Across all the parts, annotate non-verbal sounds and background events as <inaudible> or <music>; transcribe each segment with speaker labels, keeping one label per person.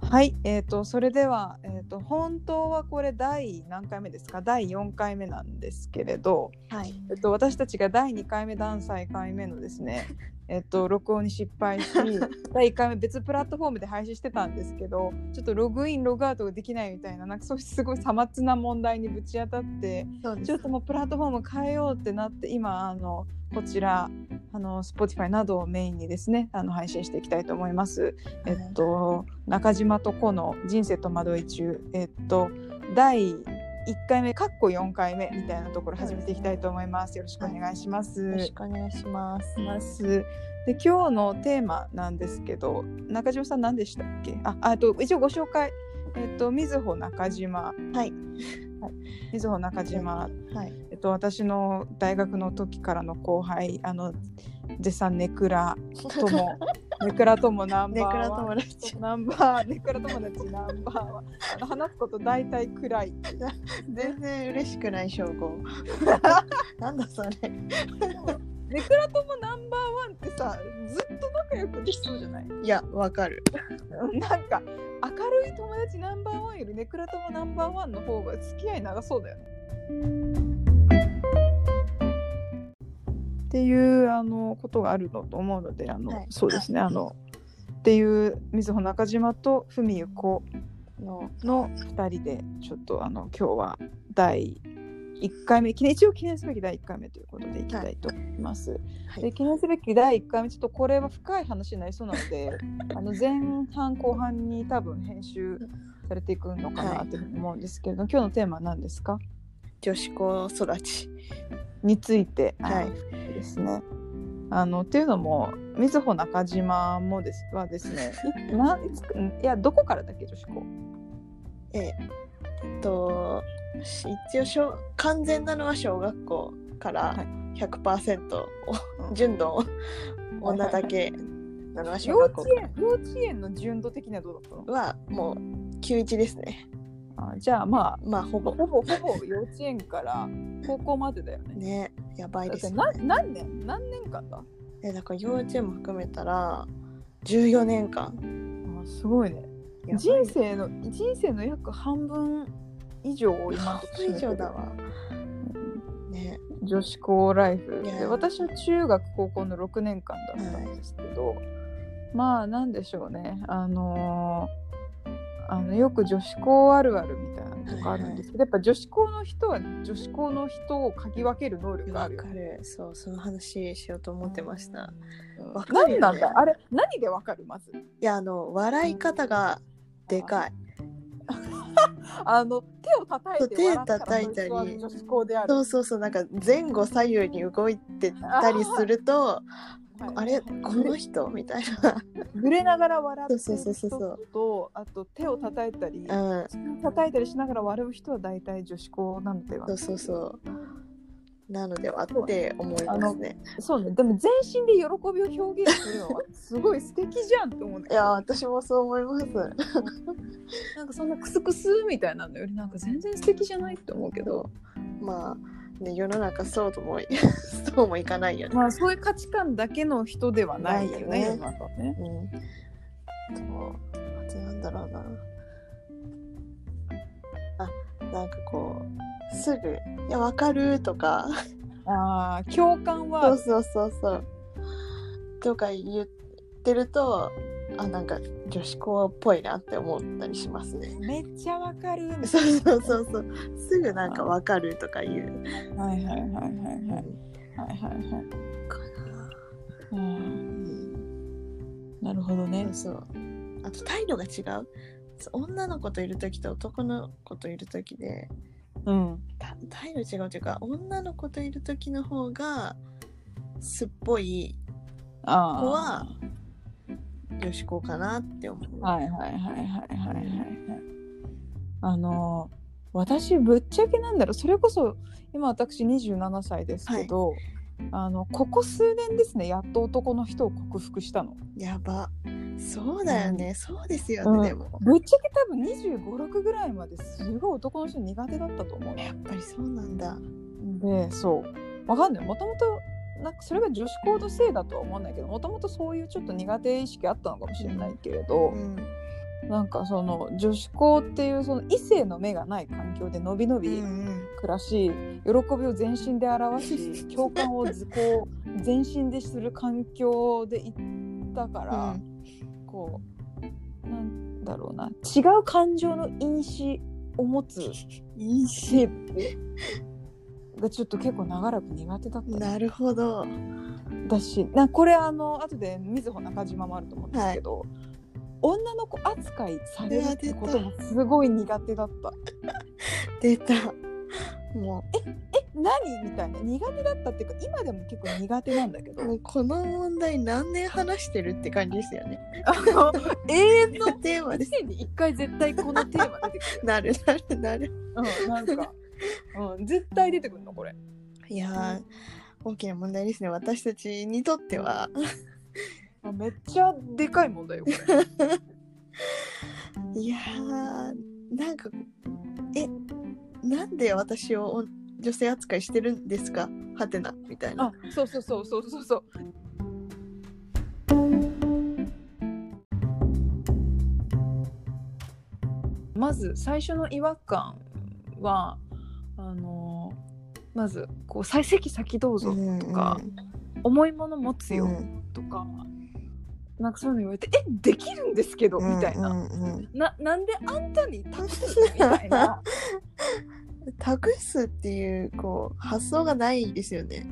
Speaker 1: はい、えー、とそれでは、えー、と本当はこれ第何回目ですか第4回目なんですけれど、
Speaker 2: はい。
Speaker 1: えっと私たちが第2回目第3回目のですね、えっと録音に失敗し第1回目別プラットフォームで配信してたんですけどちょっとログインログアウトができないみたいななんかそういうすごいさまつな問題にぶち当たって
Speaker 2: そうで
Speaker 1: ちょっともうプラットフォーム変えようってなって今あのこちらあの Spotify などをメインにですねあの配信していきたいと思います。えっと中島と子の人生と惑い中えっと第1回目かっこ4回目みたいなところ始めていきたいと思います。よろしくお願いします。
Speaker 2: よろしくお願いします。
Speaker 1: ます。で今日のテーマなんですけど中島さん何でしたっけああと一応ご紹介えっとみずほ中島
Speaker 2: はい。
Speaker 1: みずほ中島
Speaker 2: はい。
Speaker 1: えっと、私の大学の時からの後輩あの絶賛ネクラともネクラともナン
Speaker 2: ネ
Speaker 1: バ
Speaker 2: ク
Speaker 1: ー
Speaker 2: ラ
Speaker 1: ワン
Speaker 2: 友達。
Speaker 1: ナンバーネクラ友達ナンバーワンあの話すこと大体暗い
Speaker 2: 全然嬉しくない証 <laughs> 拠。なんだそれ。
Speaker 1: ネクラ友ナンバーワンってさずっと仲良くできそうじゃない
Speaker 2: いや、わかる。
Speaker 1: なんか明るい友達ナンバーワンよりネクラ友ナンバーワンの方が付き合い長そうだよね。っていうあのことがあるのと思うのであの、
Speaker 2: はい
Speaker 1: そうですねあのっていう水穂中島と文ゆ子
Speaker 2: の。
Speaker 1: の2人でちょっとあの今日は第1回目記念一応記念すべき第1回目ということでいきたいと思います。
Speaker 2: はい
Speaker 1: で記念すべき第1回目ちょっとこれは深い話になりそうなのであの前半後半に多分編集されていくのかな
Speaker 2: はい
Speaker 1: というふうに思うんですけれど、今日のテーマは何ですか
Speaker 2: 女子校育ち。
Speaker 1: について、
Speaker 2: はい
Speaker 1: い、ですね。あのっていうのも瑞穂中島もですはです
Speaker 2: <laughs>
Speaker 1: ねいないつんいやどこからだっけ女子校
Speaker 2: えっと。一応小、完全なのは小学校から
Speaker 1: はい
Speaker 2: 100%を、純度を女だけなのは
Speaker 1: 幼
Speaker 2: 小学校
Speaker 1: 稚
Speaker 2: から
Speaker 1: 園幼稚園の純度的にはどうだったの
Speaker 2: はもう91ですね。
Speaker 1: あじゃあま
Speaker 2: まあほ
Speaker 1: あ
Speaker 2: ぼ。
Speaker 1: ほぼほぼ幼稚園から高校までだよね。
Speaker 2: ね、やばい
Speaker 1: だ
Speaker 2: で
Speaker 1: って
Speaker 2: すね。
Speaker 1: な何年何年間だあ
Speaker 2: えだから幼稚園も含めたら14年間
Speaker 1: すごいね。
Speaker 2: やばい
Speaker 1: 人生の人生の約半分以上を今のところ占め
Speaker 2: 以
Speaker 1: てる
Speaker 2: 上だわね
Speaker 1: 女子校ライフ
Speaker 2: い
Speaker 1: で
Speaker 2: や
Speaker 1: 私は中学高校の6年間だったんですけど、まあなんでしょうねあのーあのよく女子校あるあるみたいなのとかあるんですけど、やっぱ女子校の人は女子校の人を嗅ぎ分ける能力があ
Speaker 2: わ
Speaker 1: るよ
Speaker 2: か
Speaker 1: ね
Speaker 2: るそうその話しようと思ってました
Speaker 1: うん
Speaker 2: わかる
Speaker 1: 何
Speaker 2: よね
Speaker 1: なんだあれ何でわかるまず
Speaker 2: いやあの笑い方がでかい
Speaker 1: あの手を叩いて
Speaker 2: そう
Speaker 1: 笑ったら
Speaker 2: 手叩いた
Speaker 1: それ
Speaker 2: り
Speaker 1: は女子校である
Speaker 2: そうそうそうなんか前後左右に動いてたりすると
Speaker 1: はい
Speaker 2: あれこの人みたいな
Speaker 1: 揺れながら笑って
Speaker 2: そうそ
Speaker 1: る
Speaker 2: うそう
Speaker 1: 人
Speaker 2: そう
Speaker 1: とあと手を叩いたり、
Speaker 2: <laughs> うん
Speaker 1: 叩いたりしながら笑う人は大体女子校なのでは
Speaker 2: そうそうそうなのではって思いますね
Speaker 1: そうねでも全身で喜びを表現するのはすごい素敵じゃんと思うんだけ
Speaker 2: い
Speaker 1: ど
Speaker 2: や私もそう思います
Speaker 1: なんかそんなクスクスみたいなのよりなんか全然素敵じゃないって思うけど
Speaker 2: まあ、ね、世の中そうとも <laughs> そうもいかないよね。
Speaker 1: まあそういう価値観だけの人ではないよね
Speaker 2: ないよね
Speaker 1: 世の中はね
Speaker 2: うん。そうあとなんだろうな。あなんかこうすぐ「いやわかる」とか
Speaker 1: ああ共感
Speaker 2: そう
Speaker 1: は
Speaker 2: そうそうそうとか言ってるとあなんか女子校っぽいなって思ったりします
Speaker 1: <laughs>
Speaker 2: ね。
Speaker 1: めっちゃわかるみたいな
Speaker 2: そうそうそうそうすぐなんか「わかる」とか言う。
Speaker 1: はいはいはいはいはいはいはいはい
Speaker 2: か
Speaker 1: あー
Speaker 2: うん
Speaker 1: なるほどね
Speaker 2: そうそうあと態度が違うそう女の子といる時と男の子といる時で
Speaker 1: うん
Speaker 2: た態度違うというか女の子といる時の方がすっぽい子
Speaker 1: あ
Speaker 2: は女子校かなって思う、
Speaker 1: あはいはいはいはいはいはいはいあのー私ぶっちゃけなんだろうそれこそ今私27歳ですけど、あのここ数年ですねやっと男の人を克服したの
Speaker 2: やばそうだよね、そうですよね、
Speaker 1: うん
Speaker 2: でも
Speaker 1: ぶっちゃけ多分2 5 6ぐらいまですごい男の人苦手だったと思うの
Speaker 2: やっぱりそうなんだ
Speaker 1: でそうわかんないもともとなんかそれが女子校のせいだとは思わないけどもともとそういうちょっと苦手意識あったのかもしれないけれど、
Speaker 2: うん
Speaker 1: なんかその女子校っていうその異性の目がない環境でのびのび暮らし喜びを全身で表し共感をずこう全身でする環境で行ったから、こうなんだろうな違う感情の因子を持つ
Speaker 2: いい
Speaker 1: 性がちょっと結構長らく苦手だったね
Speaker 2: なるほど
Speaker 1: だしなこれあの後で水穂中島もあると思うんですけど、女の子扱いされるってこともすごい苦手だった
Speaker 2: 出たも
Speaker 1: え何みたいな苦手だったっていうか今でも結構苦手なんだけ
Speaker 2: うも
Speaker 1: ど
Speaker 2: うこの問題何年話してるって感じですよね
Speaker 1: あの永遠
Speaker 2: のテーマ
Speaker 1: の
Speaker 2: で
Speaker 1: 時
Speaker 2: す
Speaker 1: 点で一回絶対このテーマ出てくる
Speaker 2: なるなるなる
Speaker 1: うんなんか、うん、絶対出てくるのこれ
Speaker 2: いやー大きな問題ですね私たちにとっては
Speaker 1: あめっちゃでかい問題よこれ
Speaker 2: いやーなんかえなんで私をお女性扱いしてるんですかはてなみたいな
Speaker 1: <laughs> あそうそうそうそうそうそうまず最初の違和感はあのまずこう「採石先どうぞ」とか「重いもの持つよ」とか、なんかそういうの言われて「えできるんですけど」みたいな、ななんであんたに託すのみたい
Speaker 2: <laughs>
Speaker 1: な
Speaker 2: 託すっていうこう発想がないですよね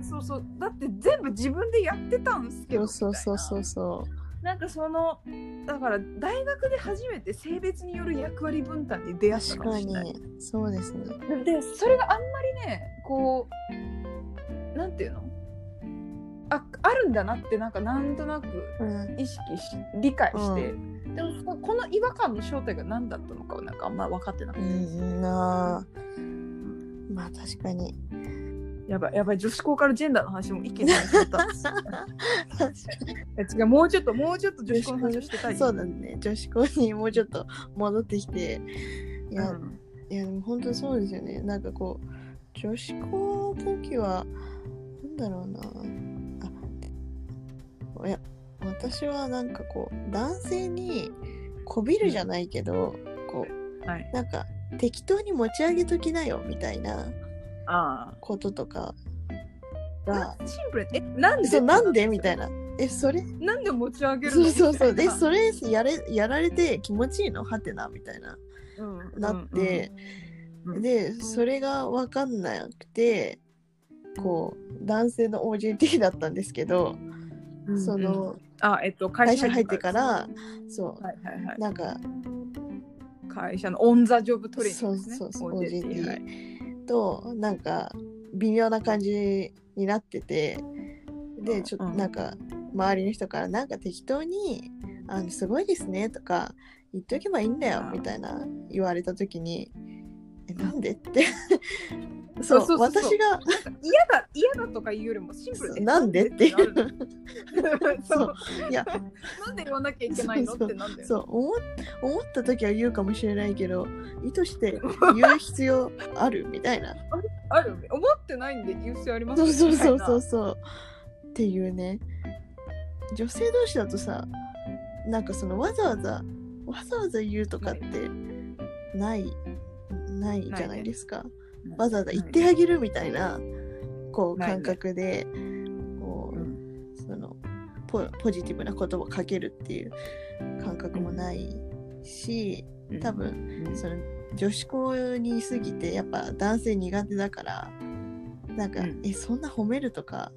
Speaker 1: そうそうだって全部自分でやってたんすけ
Speaker 2: そ
Speaker 1: ど
Speaker 2: うそうそう
Speaker 1: みたいな
Speaker 2: そうそ
Speaker 1: なんかそのだから大学で初めて性別による役割分担に出
Speaker 2: う
Speaker 1: 会った
Speaker 2: 確
Speaker 1: かも
Speaker 2: か
Speaker 1: しれない
Speaker 2: にそうですね
Speaker 1: でそれがあんまりねこうなんていうのああるんだなってなんかなんとなく
Speaker 2: うん
Speaker 1: 意識し理解して、でもそこの違和感の正体が何だったのかはなんかあんま分かってなく
Speaker 2: う
Speaker 1: て、
Speaker 2: んなあまあ確かに
Speaker 1: やばいやばい女子校からジェンダーの話も一気に始まったいや違うもうちょっともうちょっと女子校の話をしてたい
Speaker 2: そうだね女子校にもうちょっと戻ってきていや、
Speaker 1: うん
Speaker 2: いやでも本当そうですよねなんかこう女子校の時はなんだろうなあいや私はなんかこう男性にこびるじゃないけど、こ
Speaker 1: はい、
Speaker 2: うなんか適当に持ち上げときなよみたいな
Speaker 1: ああ
Speaker 2: こととか
Speaker 1: な
Speaker 2: が
Speaker 1: シンプルにえなんで
Speaker 2: そうなんでみたいなえそれ
Speaker 1: なんで持ち上げる
Speaker 2: そ
Speaker 1: の
Speaker 2: うそうそう
Speaker 1: みた
Speaker 2: で
Speaker 1: いな
Speaker 2: それやれやられて気持ちいいのはてなみたいな
Speaker 1: うん
Speaker 2: なって、
Speaker 1: うんうん
Speaker 2: でそれが分かんなくてこう男性の OJT だったんですけど、
Speaker 1: うんうん
Speaker 2: その
Speaker 1: あえっと会
Speaker 2: 会
Speaker 1: 社
Speaker 2: 社入ってか
Speaker 1: は
Speaker 2: らそう、
Speaker 1: いはいはい
Speaker 2: なんか
Speaker 1: 会社のオン・ザ・ジョブ・トレーニングですね
Speaker 2: そうそうそう
Speaker 1: OJT
Speaker 2: OJT
Speaker 1: はい
Speaker 2: となんか微妙な感じになってて
Speaker 1: う
Speaker 2: で
Speaker 1: ん
Speaker 2: ちょっと
Speaker 1: うん
Speaker 2: なんか周りの人からなんか適当に「あのすごいですね」とか言っとけばいいんだよ
Speaker 1: あー
Speaker 2: みたいな言われた時に「えなんで?」って
Speaker 1: そ
Speaker 2: そうう
Speaker 1: そうそうそう
Speaker 2: 私が
Speaker 1: 嫌だ嫌だとか言うよりもシンプル
Speaker 2: そう
Speaker 1: で
Speaker 2: なんでってい
Speaker 1: なる
Speaker 2: う
Speaker 1: そ
Speaker 2: そうういや
Speaker 1: なんで言わなきゃいけないのっ
Speaker 2: そう
Speaker 1: てなんだよ
Speaker 2: そう思っ思った時は言うかもしれないけど意図して言う必要あるみたいな
Speaker 1: あるよね思ってないんで優勢あります
Speaker 2: そ
Speaker 1: よ
Speaker 2: う
Speaker 1: ね
Speaker 2: そうそうそう
Speaker 1: み
Speaker 2: そうっていうね女性同士だとさなんかそのわざわざわざわざ言うとかってないないじゃないですか、
Speaker 1: たいな
Speaker 2: わざわざ言ってあげるみたいなこう
Speaker 1: ないね
Speaker 2: 感覚でこ
Speaker 1: う
Speaker 2: うんそのポポジティブな言葉をかけるっていう感覚もないし
Speaker 1: うん
Speaker 2: 多分
Speaker 1: うん
Speaker 2: その女子校に過ぎてやっぱ男性苦手だからなんか、
Speaker 1: うん
Speaker 2: えそんな褒めるとか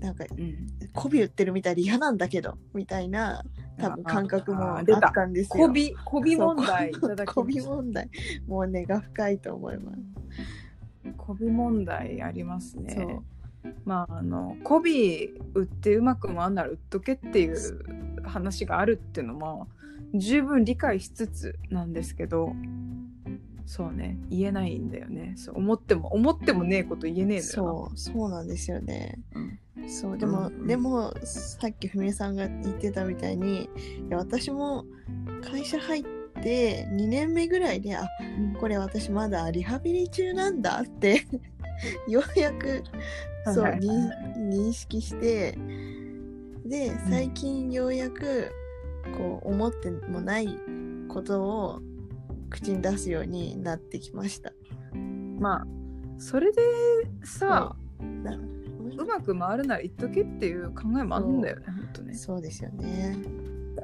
Speaker 2: なんか
Speaker 1: うん
Speaker 2: 媚び売ってるみたいで嫌なんだけどみたいな多分感覚も
Speaker 1: あ
Speaker 2: あ
Speaker 1: ー
Speaker 2: っ
Speaker 1: 出た
Speaker 2: たんですよ。
Speaker 1: こびこび問題いただき
Speaker 2: 媚
Speaker 1: ま
Speaker 2: び
Speaker 1: した
Speaker 2: 問題もう根が深いと思います。
Speaker 1: こび問題ありますね。
Speaker 2: そう
Speaker 1: まああのこび売ってうまく回んなら売っとけっていう話があるっていうのも十分理解しつつなんですけどそうね言えないんだよねそう思っても思ってもねえこと言えねえのよ
Speaker 2: そうそうなんですよね。そうで
Speaker 1: う
Speaker 2: も、
Speaker 1: んうん
Speaker 2: でもさっきふみえさんが言ってたみたいにいや私も会社入って2年目ぐらいであ
Speaker 1: な。
Speaker 2: これ私まだリハビリ中なんだって <laughs> ようやくそう、
Speaker 1: はいはいはい
Speaker 2: に認識してで最近ようやく、こう思ってもないことを口に出すようになってきました。
Speaker 1: まあそれでさ、
Speaker 2: な
Speaker 1: うまく回るなら言っとけっていう考えもあるんだよね本当ね
Speaker 2: そうですよね。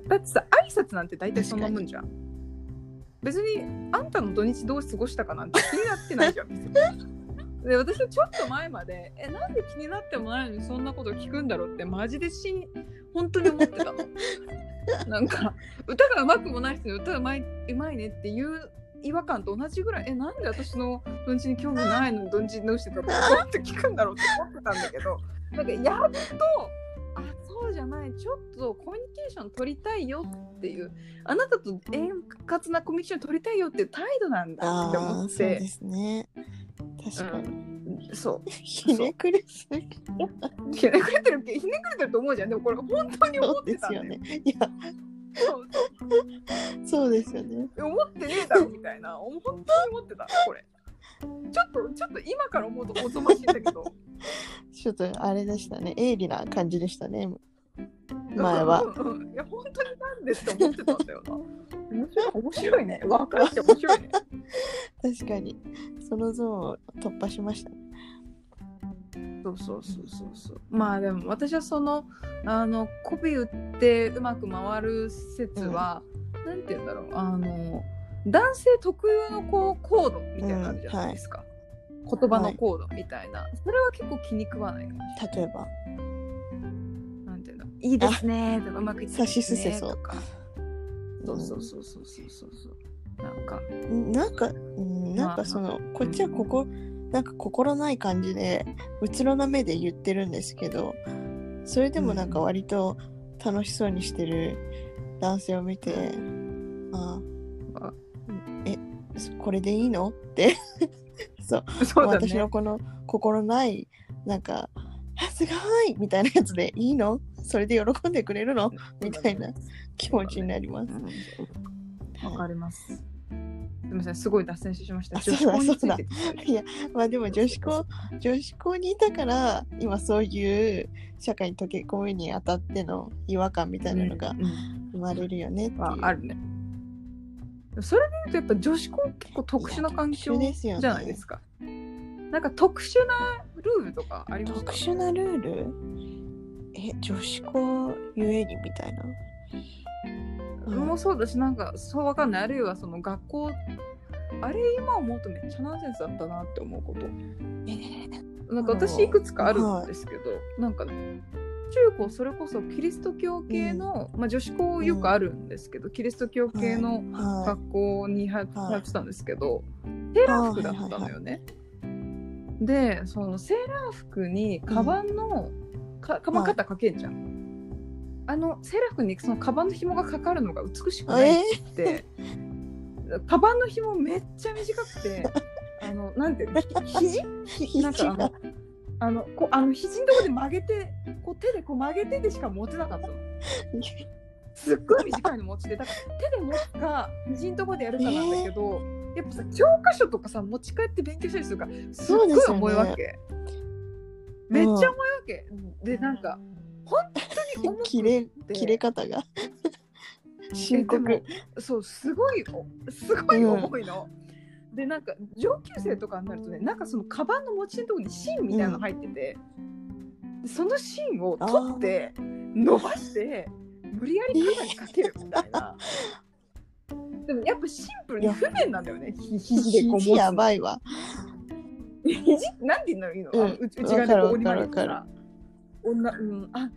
Speaker 1: だってさ挨拶なんて大体そんなもんじゃん別にあんたの土日どう過ごしたかなんて気になってないじゃん別にで私はちょっと前までえなんで気になってもないのにそんなこと聞くんだろうってマジでしん本当に思ってたのなんか歌がうまくもない人に歌うまいうまいねっていう違和感と同じぐらいえなんで私の土日に興味ないのに土日どうしてたかどうって聞くんだろうって思ってたんだけどなんかやっとあそうじゃないちょっとコミュニケーション取りたいよっていうあなたと円滑なコミュニケーション取りたいよっていう態度なんだって
Speaker 2: あ
Speaker 1: 思
Speaker 2: あ、
Speaker 1: っ
Speaker 2: そうで
Speaker 1: て
Speaker 2: すね。確かに。
Speaker 1: そうそ
Speaker 2: ひねくれすぎ
Speaker 1: うひねくれてるひねくれてると思うじゃんでもこれ本当に思
Speaker 2: そう
Speaker 1: って
Speaker 2: で
Speaker 1: たん
Speaker 2: す
Speaker 1: だよ
Speaker 2: よね。いや、
Speaker 1: そう
Speaker 2: そうですよね。
Speaker 1: そう思ってねえだろみたいな本当に思ってたこれちょっとちょっと今から思うとおぞましいんだけど
Speaker 2: ちょっとあれでしたね。鋭利な感じでしたね。前は。
Speaker 1: うんうんうんいや本当になんでって思ってたんだよな面白い面白い
Speaker 2: <laughs>
Speaker 1: ね若いって面白いね
Speaker 2: 確かに。そのゾーンを突破しましたね。
Speaker 1: そうそうそうそうそうまあでも私はそのあのコピー売ってうまく回る説は、なんて言うんだろうあの男性特有のこうコードみたいなのあるじゃないですか、言葉のコードみたいな、それは結構気に食わないかもしれない
Speaker 2: 例えば。
Speaker 1: なんていうのいいですねとかうまくいってますね
Speaker 2: さしすせそう
Speaker 1: とかそうそうそうそうそうそうそうなんか
Speaker 2: うんなんか、うんなんかその、こっちはここ、なんか心ない感じで、うつろな目で言ってるんですけど、それでもなんか割と楽しそうにしてる男性を見て、ああ
Speaker 1: あ、
Speaker 2: え、そこれでいいのって、 <laughs> そう、
Speaker 1: そうだ
Speaker 2: <laughs> 私
Speaker 1: ね
Speaker 2: のこの心ない、なんか、あすごいみたいなやつでいいのそれで喜んでくれるの <laughs> みたいな気持ちになります。
Speaker 1: わかりますすみませんすごい脱線してしました
Speaker 2: あそうだ
Speaker 1: 女子校について
Speaker 2: まあでも女子校女子校にいたから今そういう社会に溶け込むにあたっての違和感みたいなのが
Speaker 1: うんうん
Speaker 2: 生まれるよねっていう、
Speaker 1: はあるね。それで言うとやっぱ女子校結構特殊な環境
Speaker 2: いや特殊です
Speaker 1: じ
Speaker 2: よね
Speaker 1: ゃないですか。なんか特殊なルールとかありますか
Speaker 2: 特殊なルールえ女子校ゆえにみたいな
Speaker 1: もうそうだしなんかそうわかんないあるいはその学校あれ今思うとめっちゃナンセンスだったなって思うことなんか私いくつかあるんですけど、なんか中高それこそキリスト教系の、まあ、女子校よくあるんですけど、キリスト教系の、
Speaker 2: は
Speaker 1: 学校に入
Speaker 2: はい
Speaker 1: 入ってたんですけど、セーラー服だったのよね。でそのセーラー服にカバンの、かカバン肩かけんじゃん。あのセーラー服にそのカバンの紐がかかるのが美しく
Speaker 2: い
Speaker 1: ない
Speaker 2: え
Speaker 1: っ
Speaker 2: ー
Speaker 1: て、カバンの紐めっちゃ短くてあのなんていうのひ
Speaker 2: <laughs>
Speaker 1: 肘
Speaker 2: 肘
Speaker 1: なん
Speaker 2: <laughs>
Speaker 1: かあ
Speaker 2: が
Speaker 1: のあのこうあの肘のとこで曲げてこう手でこう曲げてでしか持てなか
Speaker 2: <laughs>
Speaker 1: ったの。すっごい短いの持ちてだから手で持つか肘のとこでやるかなんだけど、やっぱさ教科書とかさ持ち帰って勉強したりするからすっ
Speaker 2: そう
Speaker 1: ご
Speaker 2: で
Speaker 1: い
Speaker 2: すよね
Speaker 1: 重いわけ、めっちゃ重いわけ、でなんか本当に重く <laughs>
Speaker 2: 切れ
Speaker 1: て
Speaker 2: 切れ方が深
Speaker 1: え
Speaker 2: 刻
Speaker 1: でもそうすごいおすごい重いの、でなんか上級生とかになるとねなんかそのカバンの持ち手のとこに芯みたいなの入ってて、その芯を取って伸ばして無理やり肩にかけるみたい
Speaker 2: <laughs>
Speaker 1: な。でもやっぱシンプルに不便なんだよね、ひ肘でこう持つ
Speaker 2: 肘やばいわ
Speaker 1: 肘なんて言うのいいの、
Speaker 2: うん
Speaker 1: あのうち内側でこう折り曲
Speaker 2: わ
Speaker 1: げ
Speaker 2: か
Speaker 1: た
Speaker 2: るわ
Speaker 1: ら女うんあ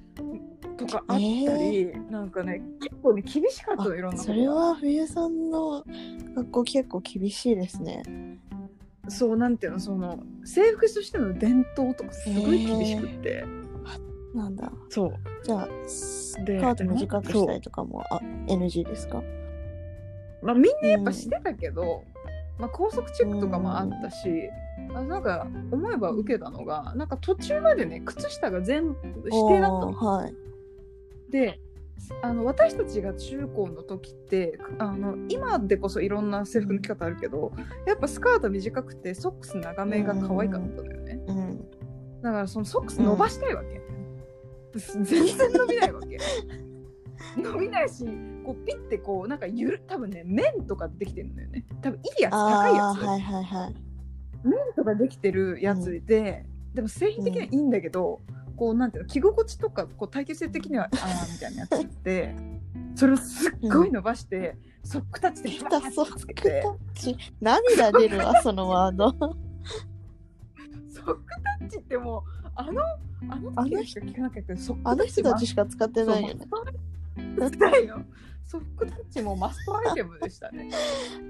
Speaker 1: とかあったり、なんかね結構ね厳しかったのいろんな
Speaker 2: あ
Speaker 1: こと
Speaker 2: それは冬さんの学校結構厳しいですね
Speaker 1: そうなんていうのその制服としての伝統とかすごい厳しくって、
Speaker 2: なんだ
Speaker 1: そう
Speaker 2: じゃあス
Speaker 1: で
Speaker 2: カート短くしたりとかもあ NG ですか
Speaker 1: まあみんなやっぱしてたけど、まあ、高速チェックとかもあったし、あなんか思えば受けたのがなんか途中までね靴下が全部指定だったの
Speaker 2: おーはい
Speaker 1: であの私たちが中高の時ってあの今でこそいろんな制服の着方あるけどやっぱスカート短くてソックス長めが可愛かったのよね
Speaker 2: うん <laughs>
Speaker 1: だからそのソックス伸ばしたいわけ、全然伸びないわけ伸びないしこうピッてこうなんかゆる多分ね面とかできてるんだよね多分いいやつ高いや
Speaker 2: あ
Speaker 1: つ、
Speaker 2: ーはいはいはい。
Speaker 1: 面とかできてるやつで、でも製品的にはいいんだけど、こうなんていうの着心地とかこう耐久性的
Speaker 2: <laughs>
Speaker 1: にはああみたいなやつってそれをすっごい伸ばして、ソックタッチで
Speaker 2: 出
Speaker 1: バ
Speaker 2: た
Speaker 1: ーッ
Speaker 2: ソ
Speaker 1: と
Speaker 2: ッ
Speaker 1: つけ
Speaker 2: クタ
Speaker 1: て
Speaker 2: ッチ。涙出
Speaker 1: <laughs>
Speaker 2: るわ、そのワード。
Speaker 1: ソックタッチってもうあのあの
Speaker 2: あ
Speaker 1: 時
Speaker 2: の
Speaker 1: しか聞かなきゃいけどソックタ
Speaker 2: あの
Speaker 1: ッチ
Speaker 2: 人
Speaker 1: は
Speaker 2: たちしか使ってないよね。
Speaker 1: マストだよソックタッチもマストアイテムでしたね。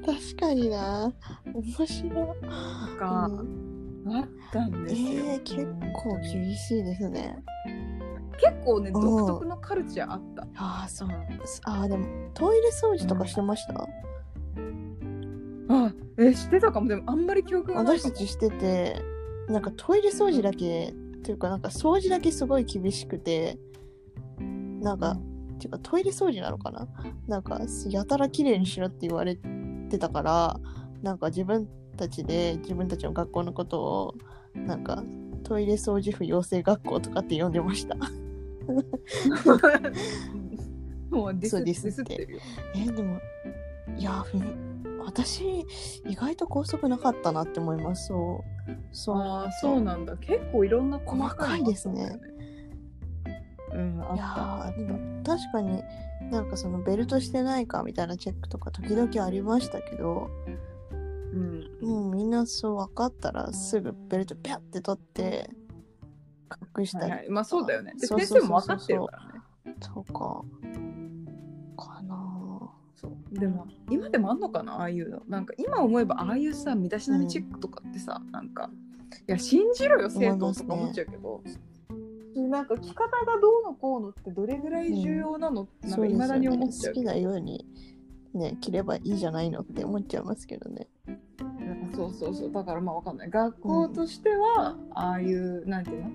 Speaker 2: 確かにな。面白い。
Speaker 1: と
Speaker 2: う
Speaker 1: か、
Speaker 2: ん
Speaker 1: あったん
Speaker 2: え
Speaker 1: ですよ。
Speaker 2: ー、結構厳しいですね。
Speaker 1: 結構ね
Speaker 2: うん
Speaker 1: 独特のカルチャーあった。
Speaker 2: ああ、そう。ああ、でも、トイレ掃除とかしてました、
Speaker 1: あえしてたかもでもあんまり記憶がない
Speaker 2: 私
Speaker 1: か
Speaker 2: た
Speaker 1: も。
Speaker 2: ちしててなんかトイレ掃除だけというかなんか掃除だけすごい厳しくてなんか、
Speaker 1: う
Speaker 2: っていうかトイレ掃除なのかななんかやたら綺麗にしろって言われてたからなんか自分たちで自分たちの学校のことをなんかトイレ掃除婦養成学校とかって呼んでました
Speaker 1: もうディ
Speaker 2: そ
Speaker 1: ス
Speaker 2: う
Speaker 1: デ
Speaker 2: デ
Speaker 1: ィ
Speaker 2: ィ
Speaker 1: ス
Speaker 2: ス
Speaker 1: っ
Speaker 2: ってて
Speaker 1: るよ。
Speaker 2: えでもいやふん私意外と高速なかったなって思いますそうそう
Speaker 1: ああそうなんだ。結構いろんな細かいのあったんだよ
Speaker 2: 細
Speaker 1: うんあっ
Speaker 2: いやーでも確かになんかそのベルトしてないかみたいなチェックとか時々ありましたけど
Speaker 1: た。うん。
Speaker 2: もうみんなそう分かったらすぐベルトピャって取って隠した
Speaker 1: はいは
Speaker 2: り
Speaker 1: い、まあそうだよね。で
Speaker 2: そう
Speaker 1: 先
Speaker 2: そう
Speaker 1: 生
Speaker 2: そうそう
Speaker 1: も分かってるからね。
Speaker 2: とかかな
Speaker 1: そうでも今でもあんのかなああいうのなんか今思えばああいうさ身だしなみチェックとかってさ、なんかいや信じろよ生徒とか思っちゃうけど、なんか着方がどうのこうのってどれぐらい重要なの、
Speaker 2: ぁ
Speaker 1: なんかいまだに思っちゃ
Speaker 2: そううですよね好きなようにね着ればいいじゃないのって思っちゃいますけどね
Speaker 1: そうそうそうだからまあわかんない学校としては、ああいうなんていうの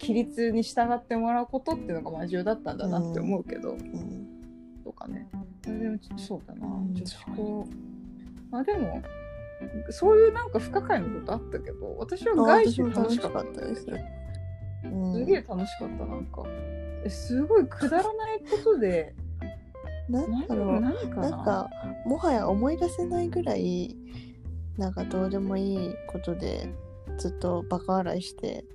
Speaker 1: 規律に従ってもらうことっていうのがまあ重要だったんだなって思うけど、
Speaker 2: うん
Speaker 1: とかね。でもちそうだな、
Speaker 2: うん
Speaker 1: 女子校。まあでも、そういうなんか不可解なことあったけど、私は
Speaker 2: あ
Speaker 1: 外
Speaker 2: 私
Speaker 1: 資
Speaker 2: も
Speaker 1: 楽
Speaker 2: 楽
Speaker 1: し
Speaker 2: し
Speaker 1: か
Speaker 2: か
Speaker 1: った
Speaker 2: っ
Speaker 1: ん
Speaker 2: た
Speaker 1: だよ
Speaker 2: で
Speaker 1: ね
Speaker 2: すうん
Speaker 1: すげえ楽しかった、なんか。えすごいくだらないことで、
Speaker 2: なん
Speaker 1: 何
Speaker 2: だろう
Speaker 1: 何かな
Speaker 2: なんかもはや思い出せないぐらいなんかどうでもいいことでずっとバカ笑いして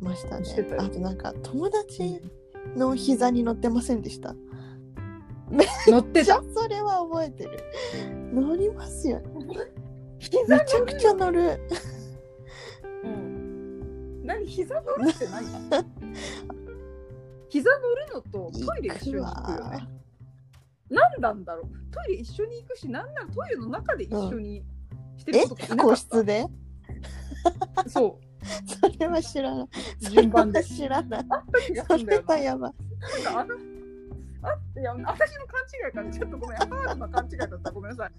Speaker 2: ましたね
Speaker 1: してたよ
Speaker 2: あとなんか友達の膝に乗ってませんでした
Speaker 1: 乗って
Speaker 2: じゃ
Speaker 1: た
Speaker 2: あそれは覚えてる乗りますよ
Speaker 1: 膝
Speaker 2: めちゃくちゃ乗る
Speaker 1: うん何膝乗るって
Speaker 2: <laughs>
Speaker 1: 何だ膝乗るのとトイレ一緒に行くよね。何なんだろうトイレ一緒に行くし、なんならトイレの中で一緒にしてる
Speaker 2: え
Speaker 1: ことかいなか
Speaker 2: 個
Speaker 1: った、
Speaker 2: 室で
Speaker 1: そう。
Speaker 2: それは知らない
Speaker 1: 順番で
Speaker 2: それは知らない
Speaker 1: 気がす
Speaker 2: そ
Speaker 1: んだ
Speaker 2: れ
Speaker 1: よな
Speaker 2: はやばい
Speaker 1: なんかあのあいや私の勘違いかなちょっとごめんハードな勘違いだったごめんなさいあ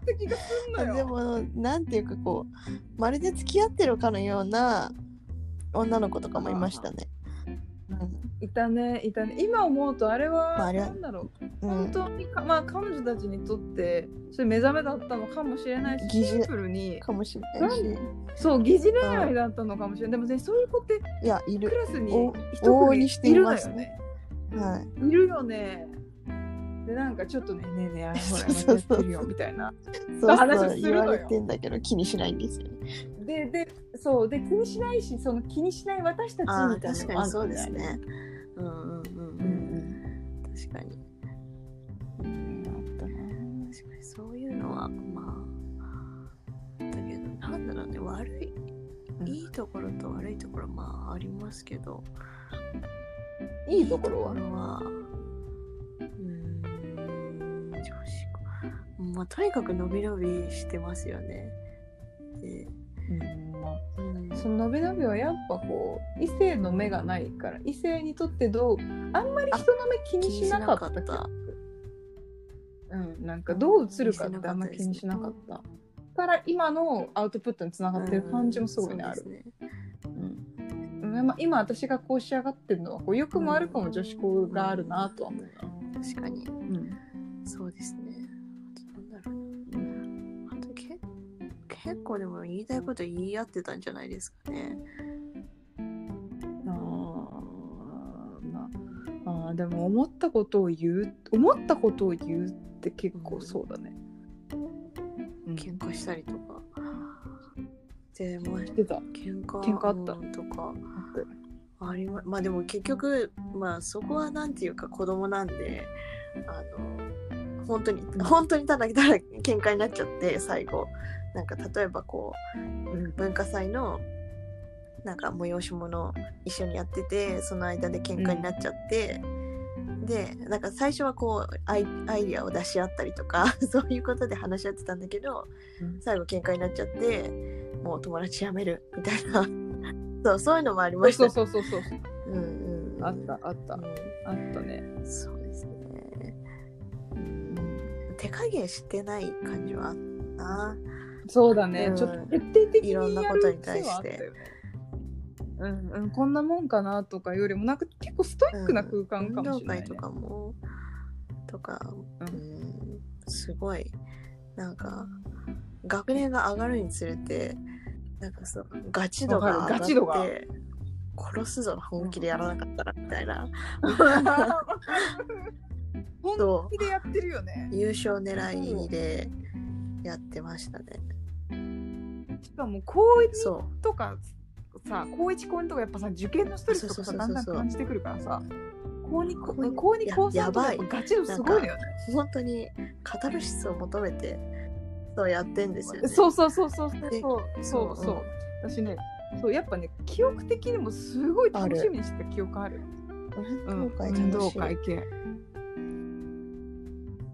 Speaker 1: った気がすんのよ
Speaker 2: でもなんていうかこうまるで付き合ってるかのような女の子とかもいましたね。
Speaker 1: いたねいたね今思うとあれは
Speaker 2: まああれは
Speaker 1: なんだろう
Speaker 2: うん
Speaker 1: 本当にか、まあ彼女たちにとってそれ目覚めだったのかもしれないし
Speaker 2: 疑似
Speaker 1: シンプルに
Speaker 2: かもしれないし。
Speaker 1: そう疑似恋愛だったのかもしれない、でもねそういう子って
Speaker 2: いや、い
Speaker 1: ク
Speaker 2: る。
Speaker 1: ラスに
Speaker 2: お
Speaker 1: 一
Speaker 2: 往々
Speaker 1: 組
Speaker 2: にして
Speaker 1: い
Speaker 2: い
Speaker 1: るの
Speaker 2: ま
Speaker 1: よ
Speaker 2: すね
Speaker 1: ね
Speaker 2: はい。
Speaker 1: るよねでなんかちょっとねねえねえあれほらまたやってるよみたいないそう
Speaker 2: そう
Speaker 1: 話
Speaker 2: そ
Speaker 1: をするの
Speaker 2: う言
Speaker 1: よ
Speaker 2: われてんだけど気にしないんですよね。
Speaker 1: ででそうで気にしないしその気にしない私たちみたいなのもあるんだよね。
Speaker 2: ね。うんうんうんう。
Speaker 1: うんん
Speaker 2: 確かに。
Speaker 1: うんあったな
Speaker 2: 確かにそういうのはまあ。だけど、なんだろうね、悪い。いいところと悪いところまあありますけど。
Speaker 1: いいところは
Speaker 2: ところはうーん女子校まあとにかく伸び伸びしてますよね。で、
Speaker 1: うんまあ
Speaker 2: うん
Speaker 1: その伸び伸びはやっぱこう異性の目がないから異性にとってどうあんまり人の目気にしなかった
Speaker 2: 気にしなかっ
Speaker 1: うん、なんかどう映るかってあんま気にしなかったから今のアウトプットにつながってる感じもすごいね、
Speaker 2: うん
Speaker 1: あ
Speaker 2: そう
Speaker 1: る、
Speaker 2: ですね
Speaker 1: うんまあ、今私がこう仕上がってるのはこうよくもあるかも女子校があるなとは思うな、
Speaker 2: 確かに
Speaker 1: うん
Speaker 2: そうですね。あとなんだろうな。あとけ結構でも言いたいこと言い合ってたんじゃないですかね。
Speaker 1: あーまあああーでも思ったことを言う思ったことを言うって結構そうだね。
Speaker 3: うん
Speaker 2: 喧嘩したりとか。でもう
Speaker 1: 出た。
Speaker 2: 喧嘩
Speaker 1: 喧嘩あった
Speaker 2: うんとかありままあでも結局まあそこはなんていうか子供なんであの本当に <laughs>
Speaker 1: ん
Speaker 2: 本当にただただ喧嘩になっちゃって最後なんか例えばこう、うん文化祭のなんか催し物一緒にやっててその間で喧嘩になっちゃって、でなんか最初はこうアイアイディアを出し合ったりとか <laughs> そういうことで話し合ってたんだけど、
Speaker 1: うん
Speaker 2: 最後喧嘩になっちゃってもう友達辞めるみたいな <laughs> そうそういうのもありま
Speaker 1: そう
Speaker 2: し
Speaker 1: そう
Speaker 2: た
Speaker 1: そうそうそう。
Speaker 2: うんうんうん
Speaker 1: あったあった
Speaker 2: う
Speaker 1: あったね。
Speaker 2: んそうですね、うん、手加減してない感じはあったな
Speaker 1: そうだね、
Speaker 2: うん
Speaker 1: ちょっと徹底的に
Speaker 2: いろんなことに対して
Speaker 1: やる癖はあったよね。うんうん、こんなもんかなとかよりもなんか結構ストイックな空間かもしれない、ね
Speaker 2: 運動会とかもとか、
Speaker 1: うん
Speaker 2: うんすごいなんか学年が上がるにつれてなんかそうガチ度が
Speaker 1: わ
Speaker 2: 上がっ
Speaker 1: かる
Speaker 2: て
Speaker 1: ガチ度が
Speaker 2: 殺すぞ本気でやらなかったらみたいな、
Speaker 1: 本
Speaker 2: そう
Speaker 1: 気でやってるよね。
Speaker 2: 優勝狙いでやってましたね。
Speaker 1: しかも高一
Speaker 2: そ
Speaker 1: とかさ高一高二とかやっぱさ受験のストレスとか
Speaker 2: そ
Speaker 1: さ
Speaker 2: うそうそうそう
Speaker 1: だんだん感じてくるからさ高二高
Speaker 2: 高二
Speaker 1: 高二
Speaker 2: や
Speaker 1: 高三とか
Speaker 2: やばい
Speaker 1: ガチ度すごいのよね。
Speaker 2: う本当にカタルシスを求めてそうやってんですよね。
Speaker 1: そうそうそうそうそう
Speaker 2: で
Speaker 1: そうそうそう。私ねそうやっぱね記憶的にもすごい楽しみにしてた記憶ある。
Speaker 2: 運動会楽しい
Speaker 1: 運動会系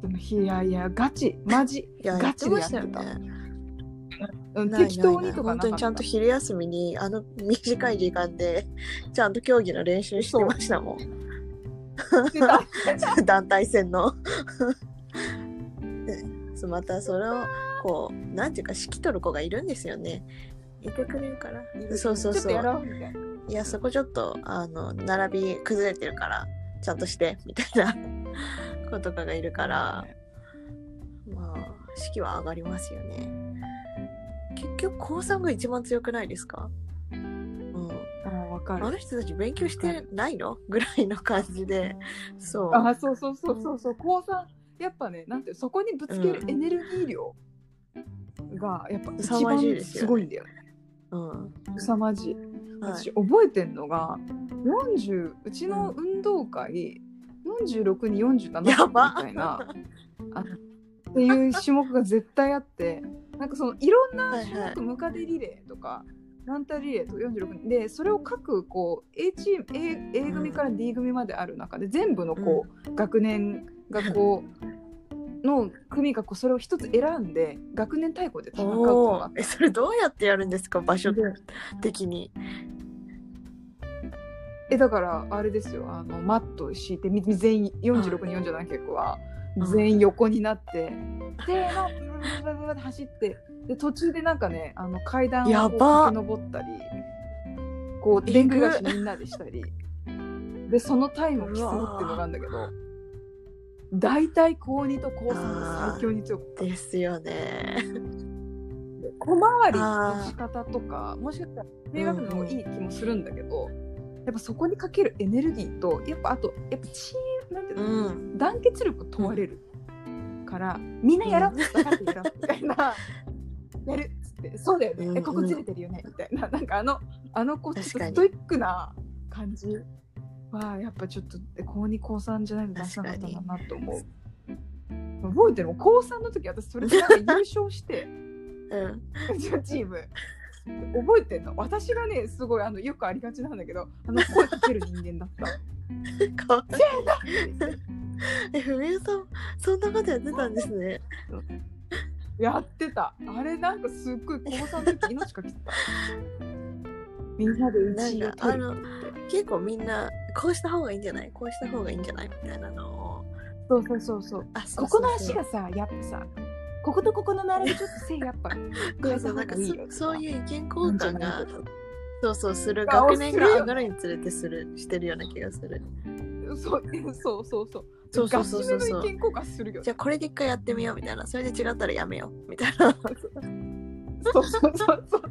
Speaker 1: でもいやいやガチマジ
Speaker 2: いや
Speaker 1: ガチでやってた
Speaker 2: やってましたよね
Speaker 1: うん
Speaker 2: ないないない
Speaker 1: 適当にとか
Speaker 2: 本当にちゃんと昼休みにあの短い時間でちゃんと競技の練習してましたもん
Speaker 1: してた
Speaker 2: 団体戦のでそうまたそれをこうなんていうか指揮取る子がいるんですよねいてくれるから <laughs> そうそう
Speaker 1: ちょっと
Speaker 2: そ
Speaker 1: や
Speaker 2: う
Speaker 1: ろうみたいない
Speaker 2: やそこちょっとあの並び崩れてるからちゃんとしてみたいな <laughs> 子とかがいるからまあ式は上がりますよね結局高3が一番強くないですかうん
Speaker 1: あわか
Speaker 2: あの
Speaker 1: る
Speaker 2: 人たち勉強してないの <laughs> ぐらいの感じでそう
Speaker 1: あそうそうそうそうそう高三やっぱねなんてそこにぶつける
Speaker 2: うん
Speaker 1: エネルギー量がやっぱ一
Speaker 2: 凄まじい
Speaker 1: 番
Speaker 2: ですよね
Speaker 1: すごいんだよね
Speaker 2: うん
Speaker 1: 凄まじい
Speaker 2: はい
Speaker 1: 私覚えてんのが40うちの運動会46に47み
Speaker 2: やば
Speaker 1: たいなあっていう種目が絶対あってなんかそのいろんな
Speaker 2: はいはい
Speaker 1: ムカデリレーとかランタリレーと46人でそれを各こう A チーム A, A 組から D 組まである中で全部のこう、学年がこうの組がこうそれを一つ選んで学年対抗で戦うっていうの
Speaker 2: お
Speaker 1: があ
Speaker 2: ー
Speaker 1: っ
Speaker 2: えそれどうやってやるんですか場所
Speaker 1: て
Speaker 2: 的に
Speaker 1: えだからあれですよあのマットを敷いてみ全員46人47曲は
Speaker 2: うん
Speaker 1: 全員横になって、せーのブルブルブルブルって走ってで途中でなんかねあの階段
Speaker 2: や
Speaker 1: を
Speaker 2: ば
Speaker 1: こう駆け上ったりこう
Speaker 2: えぐ
Speaker 1: でんぐらしみんなでしたりでそのタイムを競うっていうのがあるんだけど大体高2と高3が最強に強くて
Speaker 2: ですよね
Speaker 1: 小回りの仕方とかもしかしたら低学年の方がいい気もするんだけど、やっぱそこにかけるエネルギーとやっぱあとやっぱチームなんていう
Speaker 2: う
Speaker 1: の、
Speaker 2: ん
Speaker 1: 団結力問われるから、みんなやろう分かってやろうみたいな。やるっつってそうだよね、
Speaker 2: うんう
Speaker 1: え
Speaker 2: ん
Speaker 1: ここずれてるよねみたいななんかあのあのこうちょっと
Speaker 2: 確か
Speaker 1: ス
Speaker 2: に
Speaker 1: トイックな感じはやっぱちょっとえ高二高三じゃないと出せなかったんだなと思う覚えてるもん高三の時私それでなんか優勝して
Speaker 2: うん
Speaker 1: うちのチーム覚えてんの私がねすごいあのよくありがちなんだけどあの声かける人間だった
Speaker 2: かわいい。え、ふみえさん、そんなことやってたんですね。
Speaker 1: やってたあれなんかすっごい高三の時命かけてたみんなでうちを
Speaker 2: なんかあ
Speaker 1: 取る
Speaker 2: の結構みんな、こうした方がいいんじゃないこうした方がいいんじゃないみたいなのを。
Speaker 1: そうそうそうそう
Speaker 2: あ、そ
Speaker 1: こ
Speaker 2: うそ
Speaker 1: こ
Speaker 2: うそう
Speaker 1: の足がさやっぱさこことここの並びちょっと背やっぱ
Speaker 2: こ
Speaker 1: 増
Speaker 2: う
Speaker 1: や
Speaker 2: そ
Speaker 1: さ
Speaker 2: う
Speaker 1: なん
Speaker 2: な
Speaker 1: んか
Speaker 2: かそ
Speaker 1: いいよ
Speaker 2: そういう意見交
Speaker 1: なんか
Speaker 2: 換が
Speaker 1: ね、
Speaker 2: そうそうする。
Speaker 1: あ
Speaker 2: 学年が
Speaker 1: するよ
Speaker 2: 上がるにつれてする、してるような気がする。
Speaker 1: そうそうそうそう
Speaker 2: そうそうそうそう
Speaker 1: ガチめ
Speaker 2: そ
Speaker 1: の
Speaker 2: う
Speaker 1: 意見。交換するよね
Speaker 2: じゃあこれで一回やってみようみたいな。それで違ったらやめようみたいな。
Speaker 1: そうそうそうそう。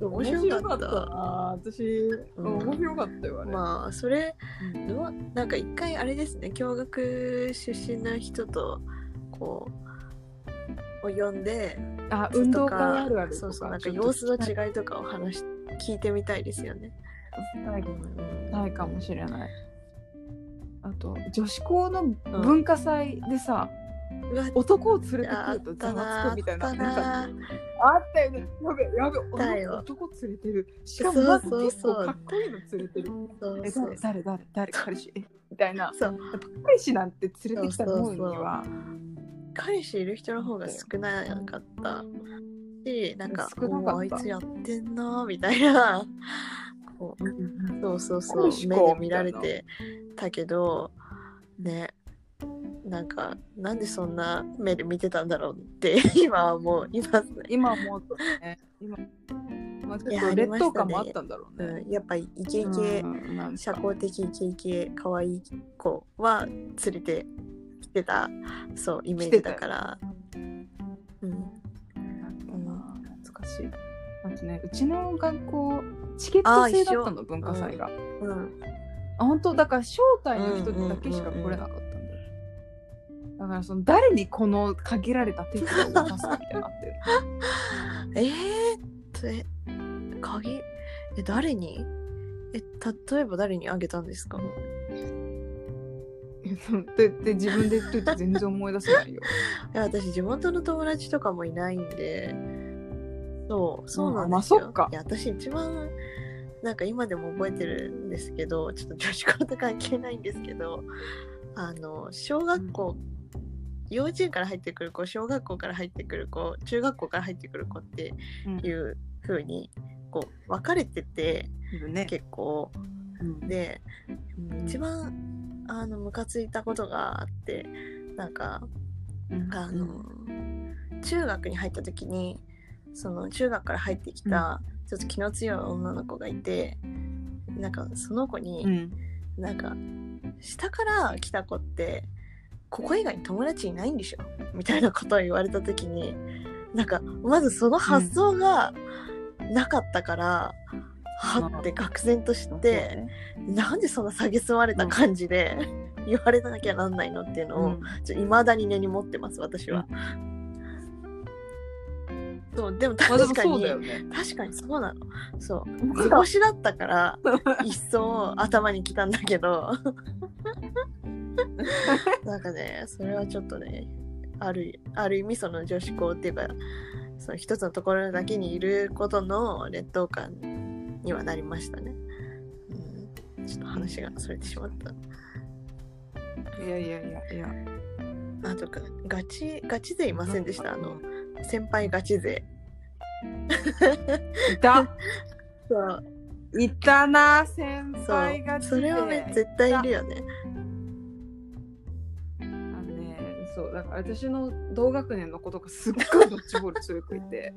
Speaker 1: 面白かったな私、
Speaker 2: うん
Speaker 1: 面白かったよあれ、
Speaker 2: まあそれどうなんか一回あれですね共学出身の人とこうを呼んで
Speaker 1: あ運動会あるあると
Speaker 2: そうそうなんか様子の違いとかを話し聞いてみたいですよね。
Speaker 1: ないないかもしれないあと女子校の文化祭でさ、
Speaker 2: うわ
Speaker 1: 男を連れて
Speaker 2: あ
Speaker 1: く
Speaker 2: っ
Speaker 1: ると
Speaker 2: た
Speaker 1: ざわつ
Speaker 2: な
Speaker 1: くみたい
Speaker 2: あ
Speaker 1: な
Speaker 2: った
Speaker 1: なんか
Speaker 2: な
Speaker 1: あったよね。やべやべ
Speaker 2: だよ
Speaker 1: 男男連れてる。しかもまず
Speaker 2: そうそう
Speaker 1: 結
Speaker 2: そう
Speaker 1: 構かっこいいの連れてる。
Speaker 2: そう
Speaker 1: え
Speaker 2: そう
Speaker 1: 誰誰誰誰彼氏えみたいな。
Speaker 2: そう
Speaker 1: 彼氏なんて連れてきたもんには
Speaker 2: 彼氏いる人の方が少なかったしなんか
Speaker 1: 少なかった
Speaker 2: おーあいつやってんなみたいなこうそうそうそ
Speaker 1: よ
Speaker 2: う
Speaker 1: し
Speaker 2: 目
Speaker 1: こ
Speaker 2: で
Speaker 1: う
Speaker 2: 見られてたけどねなんかなんでそんな目で見てたんだろうって今はもういますね、
Speaker 1: 今思うとね。今まあ、
Speaker 2: い
Speaker 1: 結
Speaker 2: や
Speaker 1: 構劣等感も
Speaker 2: あ
Speaker 1: あ
Speaker 2: りましたね
Speaker 1: ったんだろう
Speaker 2: う
Speaker 1: ね。
Speaker 2: ん、やっぱイケイケ
Speaker 1: うんなんか
Speaker 2: 社交的イケイケ可愛い子は連れてきてたそうイメージだから、うん、
Speaker 1: 懐かしい。あとねうちの学校チケット制だったの文化祭が。
Speaker 2: うん、
Speaker 1: あ本当だから招待の人だけしか来れなかったんだよ、だからその誰にこの限られた手札を渡すかみたいになってる
Speaker 2: えー、え鍵え誰にえ例えば誰にあげたんですか <laughs>
Speaker 1: でで自分で言っといて全然思い出せないよ
Speaker 2: いや私地元の友達とかもいないんでそうそうなんです
Speaker 1: まあそ
Speaker 2: よ
Speaker 1: っ、か
Speaker 2: いや私一番なんか今でも覚えてるんですけどちょっと女子校と関係ないんですけどあの小学校、幼稚園から入ってくる子小学校から入ってくる子中学校から入ってくる子っていう風にこう分かれてて
Speaker 1: いるね
Speaker 2: 結構
Speaker 1: うん
Speaker 2: で一番あのムカついたことがあってなんか
Speaker 1: うん
Speaker 2: あの、中学に入った時にその中学から入ってきた、ちょっと気の強い女の子がいてなんかその子
Speaker 1: う
Speaker 2: に、
Speaker 1: ん
Speaker 2: なんか下から来た子ってここ以外に友達いないんでしょみたいなことを言われた時になんかまずその発想がなかったから、はって愕然として。なんでそんな蔑まれた感じで言われなきゃなんないのっていうのをいま、未だに根に持ってます私は。そうでも
Speaker 1: まあで
Speaker 2: 確
Speaker 1: も
Speaker 2: か
Speaker 1: そう
Speaker 2: に、
Speaker 1: だよね
Speaker 2: 確かにそうなのそう図星だったから一層頭にきたんだ
Speaker 1: <laughs>
Speaker 2: けどなんかねそれはちょっとねあるある意味その女子校っていうかその一つのところだけにいることの劣等感にはなりましたね、うん、ちょっと話がそれてしまった
Speaker 1: いやいやいや
Speaker 2: <laughs>
Speaker 1: いや
Speaker 2: あとかガチガチ勢いませんでしたあの先輩ガチ勢
Speaker 1: いた
Speaker 2: そう
Speaker 1: いたな先輩が
Speaker 2: それはね絶対いるよね
Speaker 1: あのねそうだから私の同学年の子とかすっごいドッジボール強くいて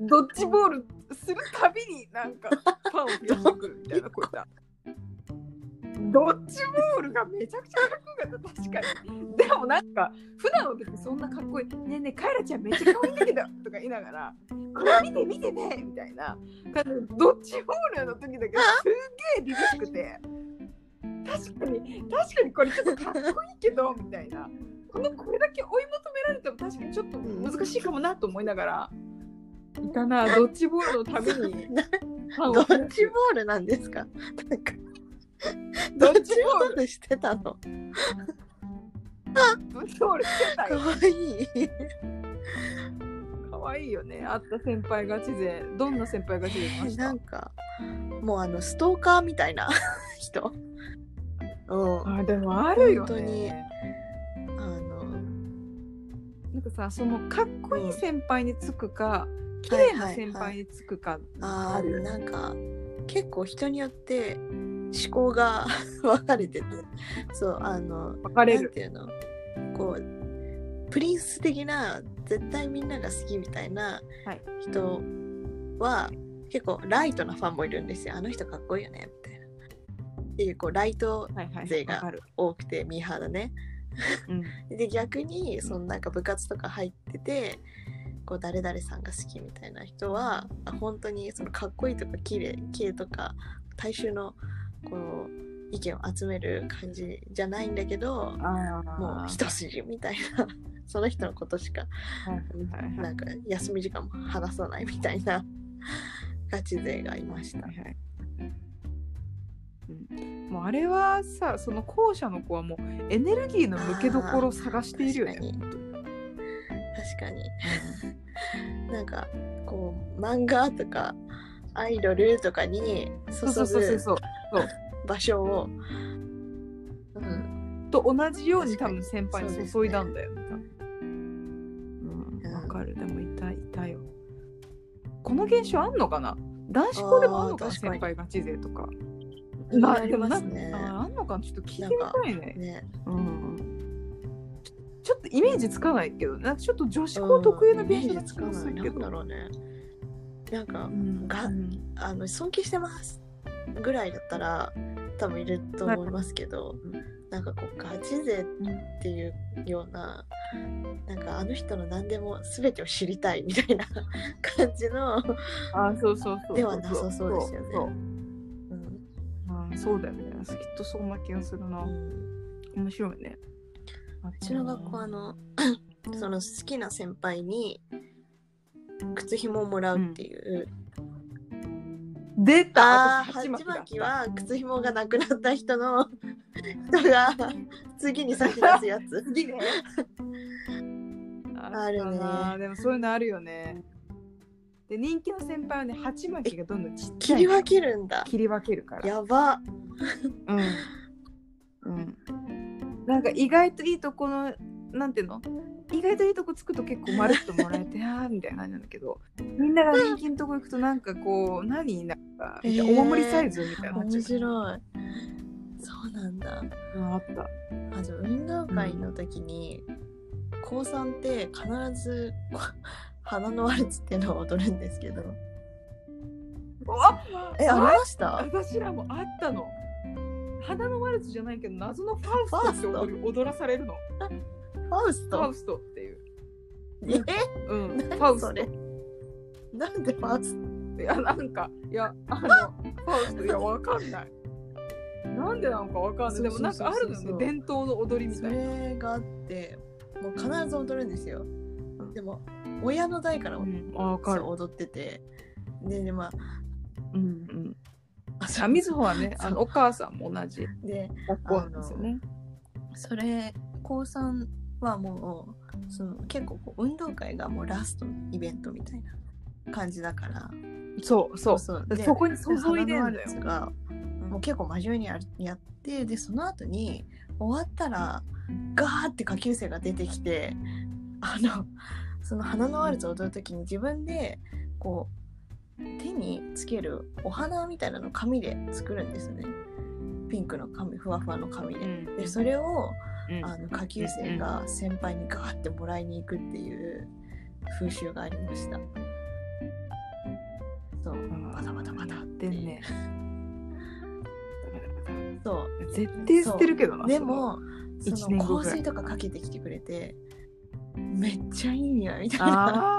Speaker 1: ドッジボールするたびになんかパンを拾ってくるみたいな子いたドッジボールがめちゃくちゃかっこよかった確かにでもなんか普段は別にそんなかっこいい「ねえねえカエラちゃんめっちゃ可愛いんだけど」とか言いながら「これ見て見てね」みたいな感じでドッジボールの時だけすっげえリラッくて確かに確かにこれちょっとかっこいいけどみたいなこのこれだけ追い求められても確かにちょっと難しいかもなと思いながら、いたなドッジボールの
Speaker 2: <laughs>
Speaker 1: ためにファンを
Speaker 2: ド
Speaker 1: 増
Speaker 2: ッ
Speaker 1: や
Speaker 2: ジボ
Speaker 1: す
Speaker 2: ールなんですかなんか
Speaker 1: ド
Speaker 2: ド
Speaker 1: ッ
Speaker 2: ッ
Speaker 1: ジ
Speaker 2: ジ
Speaker 1: ボ
Speaker 2: ボ
Speaker 1: ー
Speaker 2: ールしてたの
Speaker 1: ドッジボールしてた
Speaker 2: か
Speaker 1: よ
Speaker 2: わいい
Speaker 1: かわいいよねあった先輩ガチ勢どんな先輩ガチ勢いまし
Speaker 2: な
Speaker 1: た
Speaker 2: んかもうあのストーカーみたいな <laughs> 人うんあ
Speaker 1: あでもあるよ
Speaker 2: 本当に
Speaker 1: ね
Speaker 2: の
Speaker 1: なんかさそのかっこいい先輩につくか、綺麗な先輩につくか、
Speaker 2: あ
Speaker 1: あるよ
Speaker 2: ーなんか結構人によって思考が <laughs> 分かれててそうあの
Speaker 1: 分かれ
Speaker 2: なん
Speaker 1: る
Speaker 2: ていうのこうプリンス的な絶対みんなが好きみたいな
Speaker 1: はい
Speaker 2: 人は、結構ライトなファンもいるんですよあの人かっこいいよねみたいな。っていうこうライト
Speaker 1: はいはい
Speaker 2: 勢が
Speaker 1: わかる、
Speaker 2: 多くてミーハーだね。
Speaker 1: うん
Speaker 2: で逆にそのなんか部活とか入っててこう誰々さんが好きみたいな人はあ本当にそのかっこいいとか綺麗系とか大衆のこう意見を集める感じじゃないんだけどもう一筋みたいな <laughs> その人のことしか
Speaker 1: はいはい
Speaker 2: なんか休み時間も話さないみたいなガチ勢がいました
Speaker 1: はい。はいうんもうあれはさその後者の子はもうエネルギーの向けどころを探しているよね
Speaker 2: あー。確かになんかこう漫画とかアイドルとかに注
Speaker 1: そうそうそうそう
Speaker 2: ぐ
Speaker 1: そう。
Speaker 2: 場所を、うん
Speaker 1: と同じように多
Speaker 2: 確か
Speaker 1: 分
Speaker 2: に
Speaker 1: 先輩に注いだんだよ。多分うん、わかる。でもいたいたよ。この現象あんのかな男子校でもあんのかな
Speaker 2: あー確か
Speaker 1: 先
Speaker 2: に
Speaker 1: 輩ガチ勢とか。
Speaker 2: うん、
Speaker 1: な
Speaker 2: あります
Speaker 1: で
Speaker 2: ね
Speaker 1: もなあーあんのかなちょっと聞いてみたいね。
Speaker 2: ね
Speaker 1: うん、ちょっとイメージつかないけど、なんかちょっと女子校特有の現象がつかするけ
Speaker 2: うんなんだ
Speaker 1: ど。
Speaker 2: ろうねなんか
Speaker 1: うん
Speaker 2: が
Speaker 1: うん
Speaker 2: あの尊敬してますぐらいだったら多分いると思いますけど、なんかこうガチ勢っていうようななんかあの人の何でも全てを知りたいみたいな <laughs> 感じの、
Speaker 1: あー、そうそうそうそう。
Speaker 2: ではなさそうですよね
Speaker 1: そう
Speaker 2: うん
Speaker 1: うんそうだよね。きっとそんな気がするな。面白いね。う
Speaker 2: うちの学校はあの <coughs> その好きな先輩に靴ひもをもらうっていう、
Speaker 1: 出た
Speaker 2: ああ
Speaker 1: 私
Speaker 2: ハチマ
Speaker 1: <laughs>
Speaker 2: キ
Speaker 1: だった
Speaker 2: は靴ひもがなくなった人の人が次に差し出すや <laughs> つ
Speaker 1: 次ね。
Speaker 2: あるね
Speaker 1: あーでもそういうのあるよね。で人気の先輩はね、鉢巻きがどんどんちっち
Speaker 2: 切
Speaker 1: ゃい
Speaker 2: り。分けるんだ
Speaker 1: 切り分けるから。
Speaker 2: やば
Speaker 1: うん。うん。なんか意外といいとこの、なんていうの意外といいとこつくと結構まるっともらえて、あーみたいな感じなんだけど、みんなが人気のとこ行くとなんかこう、何なんか、みたいなお守りサイズみたいなのになっ
Speaker 2: 面
Speaker 1: ちゃう。
Speaker 2: 白いそうなんだ
Speaker 1: うんあった。
Speaker 2: あと運動会の時に、高3って必ずこう花のワルツっていうのを踊るんですけどえありました
Speaker 1: 私らもあったの花のワルツじゃないけど謎のファウストって踊る踊らされるの
Speaker 2: ファウス
Speaker 1: ファ
Speaker 2: ト
Speaker 1: ウストっていう、
Speaker 2: え
Speaker 1: うん、ファウス
Speaker 2: それなんでファウス
Speaker 1: トいやなんかいやあのファウス
Speaker 2: <laughs>
Speaker 1: トいやわかんないなんでなのかわかんないでもなんかあるの
Speaker 2: そうそうそうそ
Speaker 1: よ
Speaker 2: う
Speaker 1: ね伝統の踊り
Speaker 2: ト
Speaker 1: み
Speaker 2: そ
Speaker 1: たいな
Speaker 2: れがあってもう必ず踊るんですよでも親の代から
Speaker 1: うんわか
Speaker 2: そ
Speaker 1: る
Speaker 2: う踊っててででまあ
Speaker 1: うんうん
Speaker 2: あ
Speaker 1: あみずほはねあのお母さんも同じ
Speaker 2: で
Speaker 1: 学校なんですよね
Speaker 2: それ高3はもうその結構こう運動会がもうラストのイベントみたいな感じだから
Speaker 1: そうそうそ
Speaker 2: そう
Speaker 1: そこに注いで
Speaker 2: 花のワ
Speaker 1: んだ
Speaker 2: ル
Speaker 1: よ
Speaker 2: ツがもう結構真面目にやるやってでその後に終わったらガーって下級生が出てきてあのその花のワルツを踊る時に自分でこう手につけるお花みたいなのを紙で作るんですねピンクの紙ふわふわの紙で。
Speaker 1: ん
Speaker 2: でそれを
Speaker 1: うん
Speaker 2: あの下級生が先輩にガーってもらいに行くっていう風習がありました。そう
Speaker 1: うん、
Speaker 2: バタバタバタ
Speaker 1: や
Speaker 2: っ
Speaker 1: ってて
Speaker 2: い
Speaker 1: ん
Speaker 2: う。
Speaker 1: ね
Speaker 2: そ
Speaker 1: 絶対捨てるけどな
Speaker 2: う。でも、そ
Speaker 1: 一年
Speaker 2: の
Speaker 1: 後ぐ
Speaker 2: 香
Speaker 1: らい
Speaker 2: 水とかかけてきてくれて、めっちゃいい匂いみたいな。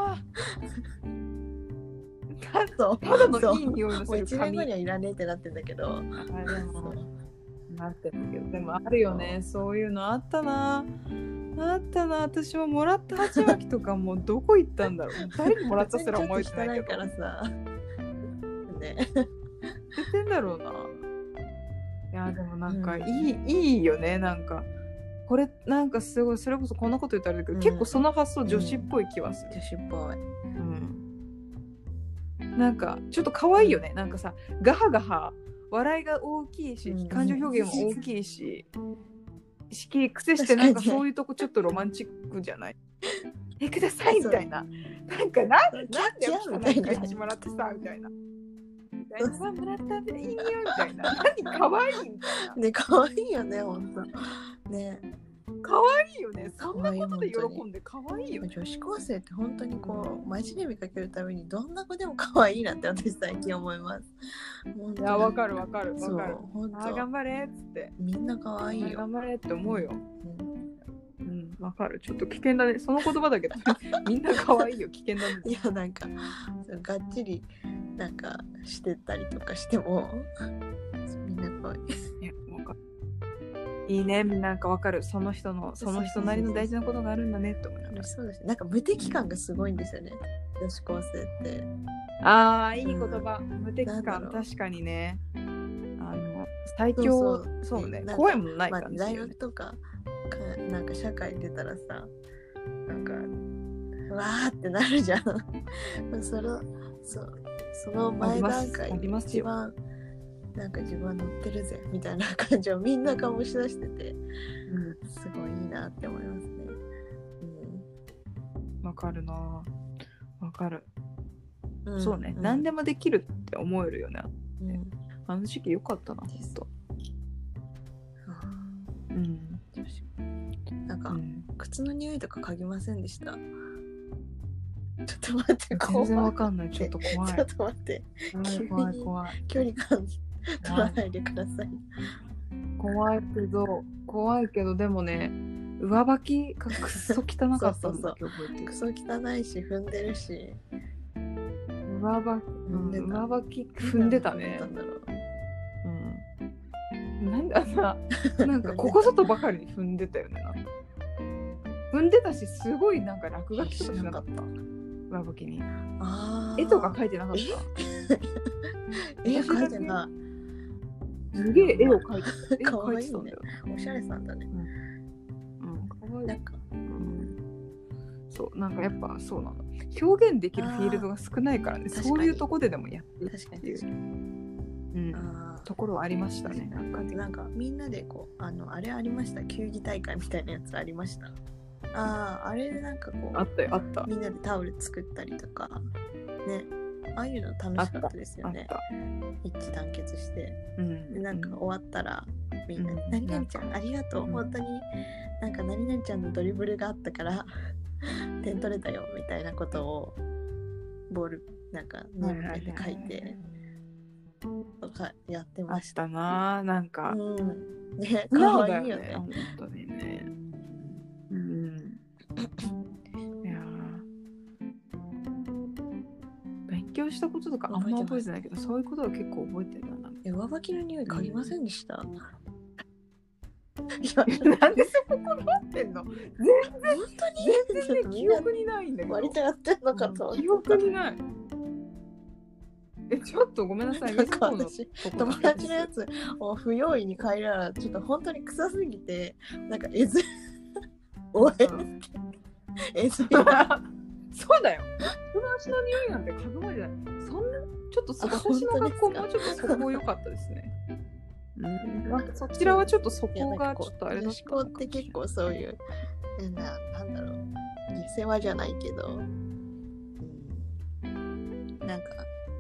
Speaker 1: ああ。
Speaker 2: そう。
Speaker 1: ただのいい匂いの
Speaker 2: も
Speaker 1: す
Speaker 2: う1
Speaker 1: る
Speaker 2: 年
Speaker 1: 髪。
Speaker 2: 後
Speaker 1: あ
Speaker 2: にはいらねえってなってんだけど。
Speaker 1: でもなってるけど、でもあるよね。そういうのあったな。あったな。私ももらった鉢巻きとかもうどこ行ったんだ <laughs> ろう。誰にもらったすら思えてないけ
Speaker 2: ちょ
Speaker 1: ど。
Speaker 2: っと汚いからさ。ね。
Speaker 1: 捨ててんだろうな。いやでもなんかいい、いいよねなんか。これなんかすごいそれこそこんなこと言ったらあれだけど、
Speaker 2: うん
Speaker 1: 結構その発想女子っぽい気はする。
Speaker 2: 女子っぽい。
Speaker 1: なんかちょっと可愛いよねなんかさガハガハ笑いが大きいし
Speaker 2: うん
Speaker 1: 感情表現も大きいし式癖してなんかそういうとこちょっとロマンチックじゃないえくださいみたいななんかなんなんで
Speaker 2: キャ
Speaker 1: よ
Speaker 2: ー
Speaker 1: な
Speaker 2: み
Speaker 1: ん
Speaker 2: た
Speaker 1: か
Speaker 2: いな
Speaker 1: 一もらってさみたいな。みたいなわもらったんでいいよみたいな。何可愛いみたいな。
Speaker 2: ね、可愛いよね、ほんと。ね。
Speaker 1: 可愛いよね。そんなことで喜んで可愛いよね。
Speaker 2: 女子高生って本当にこう真面目にかけるためにどんな子でも可愛いなって私最近思います。本当
Speaker 1: い
Speaker 2: に
Speaker 1: やわかるわかるわ
Speaker 2: そう
Speaker 1: かる。
Speaker 2: 本
Speaker 1: あー
Speaker 2: 当
Speaker 1: 頑張れっつって。
Speaker 2: みんな可愛いよ。
Speaker 1: 頑張れって思うよ。
Speaker 2: うん
Speaker 1: うんわかるちょっと危険だねその言葉だけど <laughs> みんな可愛いよ危険だね
Speaker 2: いやなんかそうがっちりなんかしてたりとかしても <laughs> みんな可愛い
Speaker 1: いやわかるいいねみんななんかわかるその人のその人なりの大事なことがあるんだねって思いながら
Speaker 2: そうですなんか無敵感がすごいんですよね女子高生って
Speaker 1: ああいい言葉、無敵
Speaker 2: なんだ
Speaker 1: 感
Speaker 2: ろう
Speaker 1: 確かにねあの最強
Speaker 2: そ
Speaker 1: そうう
Speaker 2: そう
Speaker 1: ね
Speaker 2: なんか
Speaker 1: 怖いもんない
Speaker 2: ま
Speaker 1: か
Speaker 2: あ
Speaker 1: ら、ね
Speaker 2: 大学とかかなんか社会出たらさなんかわーってなるじゃん <laughs> それそうその前段階
Speaker 1: あります
Speaker 2: 一番なんか自分は乗ってるぜみたいな感じをみんな醸し出してて
Speaker 1: うん
Speaker 2: すごいいいなって思いますね、
Speaker 1: わかるなわかる、
Speaker 2: うん
Speaker 1: そうね、何でもできるって思えるよね
Speaker 2: うんうん
Speaker 1: あの時期良かったなほんとうん
Speaker 2: なんか、
Speaker 1: うん
Speaker 2: 靴の匂いとか嗅ぎませんでした <laughs> ちょっと待って
Speaker 1: 全然わ
Speaker 2: 怖い
Speaker 1: かんないちょっと怖い
Speaker 2: <laughs> ちょっと待って
Speaker 1: 怖い怖い怖い
Speaker 2: 距離感取らないでください。
Speaker 1: 怖いけど怖いけどでもね上履きがくっそ汚かったんだけど覚えてる
Speaker 2: クソ汚いし踏んでるし
Speaker 1: 上履き、うん、
Speaker 2: 踏んでた
Speaker 1: 上履き踏んでたね
Speaker 2: 踏、んだろう
Speaker 1: うん、なんださなんかここぞとばかりに踏んでたよねなんか踏んでたしすごいなんか落書きとかしなかった上履きに
Speaker 2: あー
Speaker 1: 絵とか描いてなかった
Speaker 2: 絵描いてな
Speaker 1: すげえ絵を描いてた。絵
Speaker 2: か
Speaker 1: を
Speaker 2: わ
Speaker 1: 描いて
Speaker 2: いい
Speaker 1: たん
Speaker 2: ね <laughs>
Speaker 1: だよ。
Speaker 2: おしゃれさんだね
Speaker 1: うん、かわいい
Speaker 2: なんか
Speaker 1: うんそう、なんかやっぱそうなの。表現できるフィールドが少ないからね、
Speaker 2: あー
Speaker 1: そういうとこででもやっていく
Speaker 2: 確か
Speaker 1: っ
Speaker 2: に
Speaker 1: てい
Speaker 2: 確か
Speaker 1: う、
Speaker 2: に
Speaker 1: うん、
Speaker 2: あ
Speaker 1: ところはありましたね。なんか
Speaker 2: ー
Speaker 1: ね
Speaker 2: なんかみんなでこうあのあれありました球技大会みたいなやつありましたあああれでなんかこ
Speaker 1: あったよ、あった
Speaker 2: う。みんなでタオル作ったりとかねああいうの楽しかったです
Speaker 1: あ
Speaker 2: よ
Speaker 1: っ
Speaker 2: ね
Speaker 1: た。
Speaker 2: 一致団結して
Speaker 1: うん
Speaker 2: でなんか終わったらみんなで
Speaker 1: う
Speaker 2: 「
Speaker 1: ん
Speaker 2: 何々ちゃんありがとう
Speaker 1: うん
Speaker 2: 本当になんか何々ちゃんのドリブルがあったから <laughs> 点取れたよ」みたいなことをボールなんかノートで書いてとかやって
Speaker 1: あ
Speaker 2: ま
Speaker 1: っ
Speaker 2: した。
Speaker 1: たなあ、なんか。
Speaker 2: う
Speaker 1: <laughs>
Speaker 2: ん、ね
Speaker 1: 素
Speaker 2: か
Speaker 1: 直
Speaker 2: わ
Speaker 1: だ
Speaker 2: い
Speaker 1: よ
Speaker 2: いよ
Speaker 1: ね、
Speaker 2: ね。
Speaker 1: 本当にね。うん。いやー勉強したこととかあんま覚えてないけど、そういうことは結構覚えてるな。なんか
Speaker 2: え上履きの匂い嗅ぎませんでした、い <laughs> や
Speaker 1: <laughs> なんでそここだわってんの
Speaker 2: 本当にちょっとみん
Speaker 1: 記
Speaker 2: な
Speaker 1: 憶にないんだけど。
Speaker 2: 割とやってんのかと
Speaker 1: う
Speaker 2: 思っ
Speaker 1: ん記
Speaker 2: て
Speaker 1: 憶にない。え、ちょっとごめんなさい。
Speaker 2: なんか私
Speaker 1: みずほの
Speaker 2: 友
Speaker 1: とこだけです
Speaker 2: 達のやつを不用意に変えたらちょっと本当に臭すぎてなんかえ
Speaker 1: <laughs>
Speaker 2: ずおい
Speaker 1: うん <laughs>
Speaker 2: えずい
Speaker 1: そうだよ。人の足の匂いなんて嗅ぐまでない。そんな、ちょっとそ
Speaker 2: あ
Speaker 1: 私の
Speaker 2: 本当
Speaker 1: 学校も
Speaker 2: ですか
Speaker 1: うちょっとそこ良かったですね。うん、なんかそちらはちょっとそ
Speaker 2: いや
Speaker 1: こ
Speaker 2: なんか
Speaker 1: が
Speaker 2: こ
Speaker 1: ちょ
Speaker 2: う
Speaker 1: っとあれだ
Speaker 2: 女
Speaker 1: っ
Speaker 2: 子
Speaker 1: た
Speaker 2: 校って結構そういうななんだろう下世話じゃないけど、うんなんか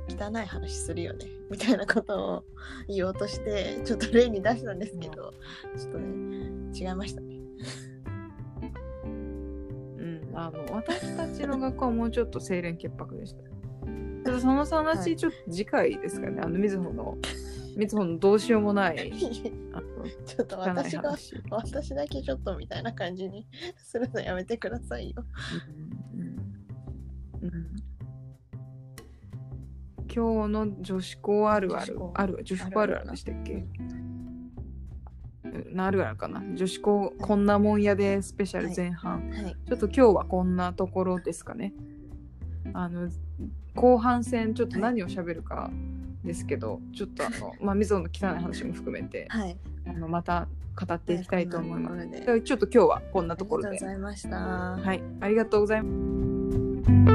Speaker 2: 汚い話するよねみたいなことを言おうとしてちょっと例に出したんですけど、ちょっとね違いましたね。 <laughs>
Speaker 1: うん、あの私たちの学校はもうちょっと清廉潔白でした。ただその話、
Speaker 2: はい
Speaker 1: ちょっと次回ですかね、あのみずほの、みずほのどうしようも
Speaker 2: <laughs>
Speaker 1: ない、あの
Speaker 2: ちょっと
Speaker 1: 汚い
Speaker 2: 私が
Speaker 1: 話。
Speaker 2: <laughs> 私だけちょっとみたいな感じに <laughs> するのやめてくださいよ。
Speaker 1: うんうん今日の女子校あるある
Speaker 2: 女子校
Speaker 1: ある女子校あるあるでしたっけうんあるあるかな女子校こんなもんやでスペシャル前半、
Speaker 2: はい。
Speaker 1: ちょっと今日はこんなところですかねあの後半戦ちょっと何を喋るかですけど、ちょっとあ <laughs> のまあみぞの汚い話も含めて
Speaker 2: はい。
Speaker 1: あのまた語っていきたいと思います、
Speaker 2: す。
Speaker 1: ちょっと今日はこんなところ
Speaker 2: あり
Speaker 1: で
Speaker 2: がとうございました。
Speaker 1: はいありがとうございます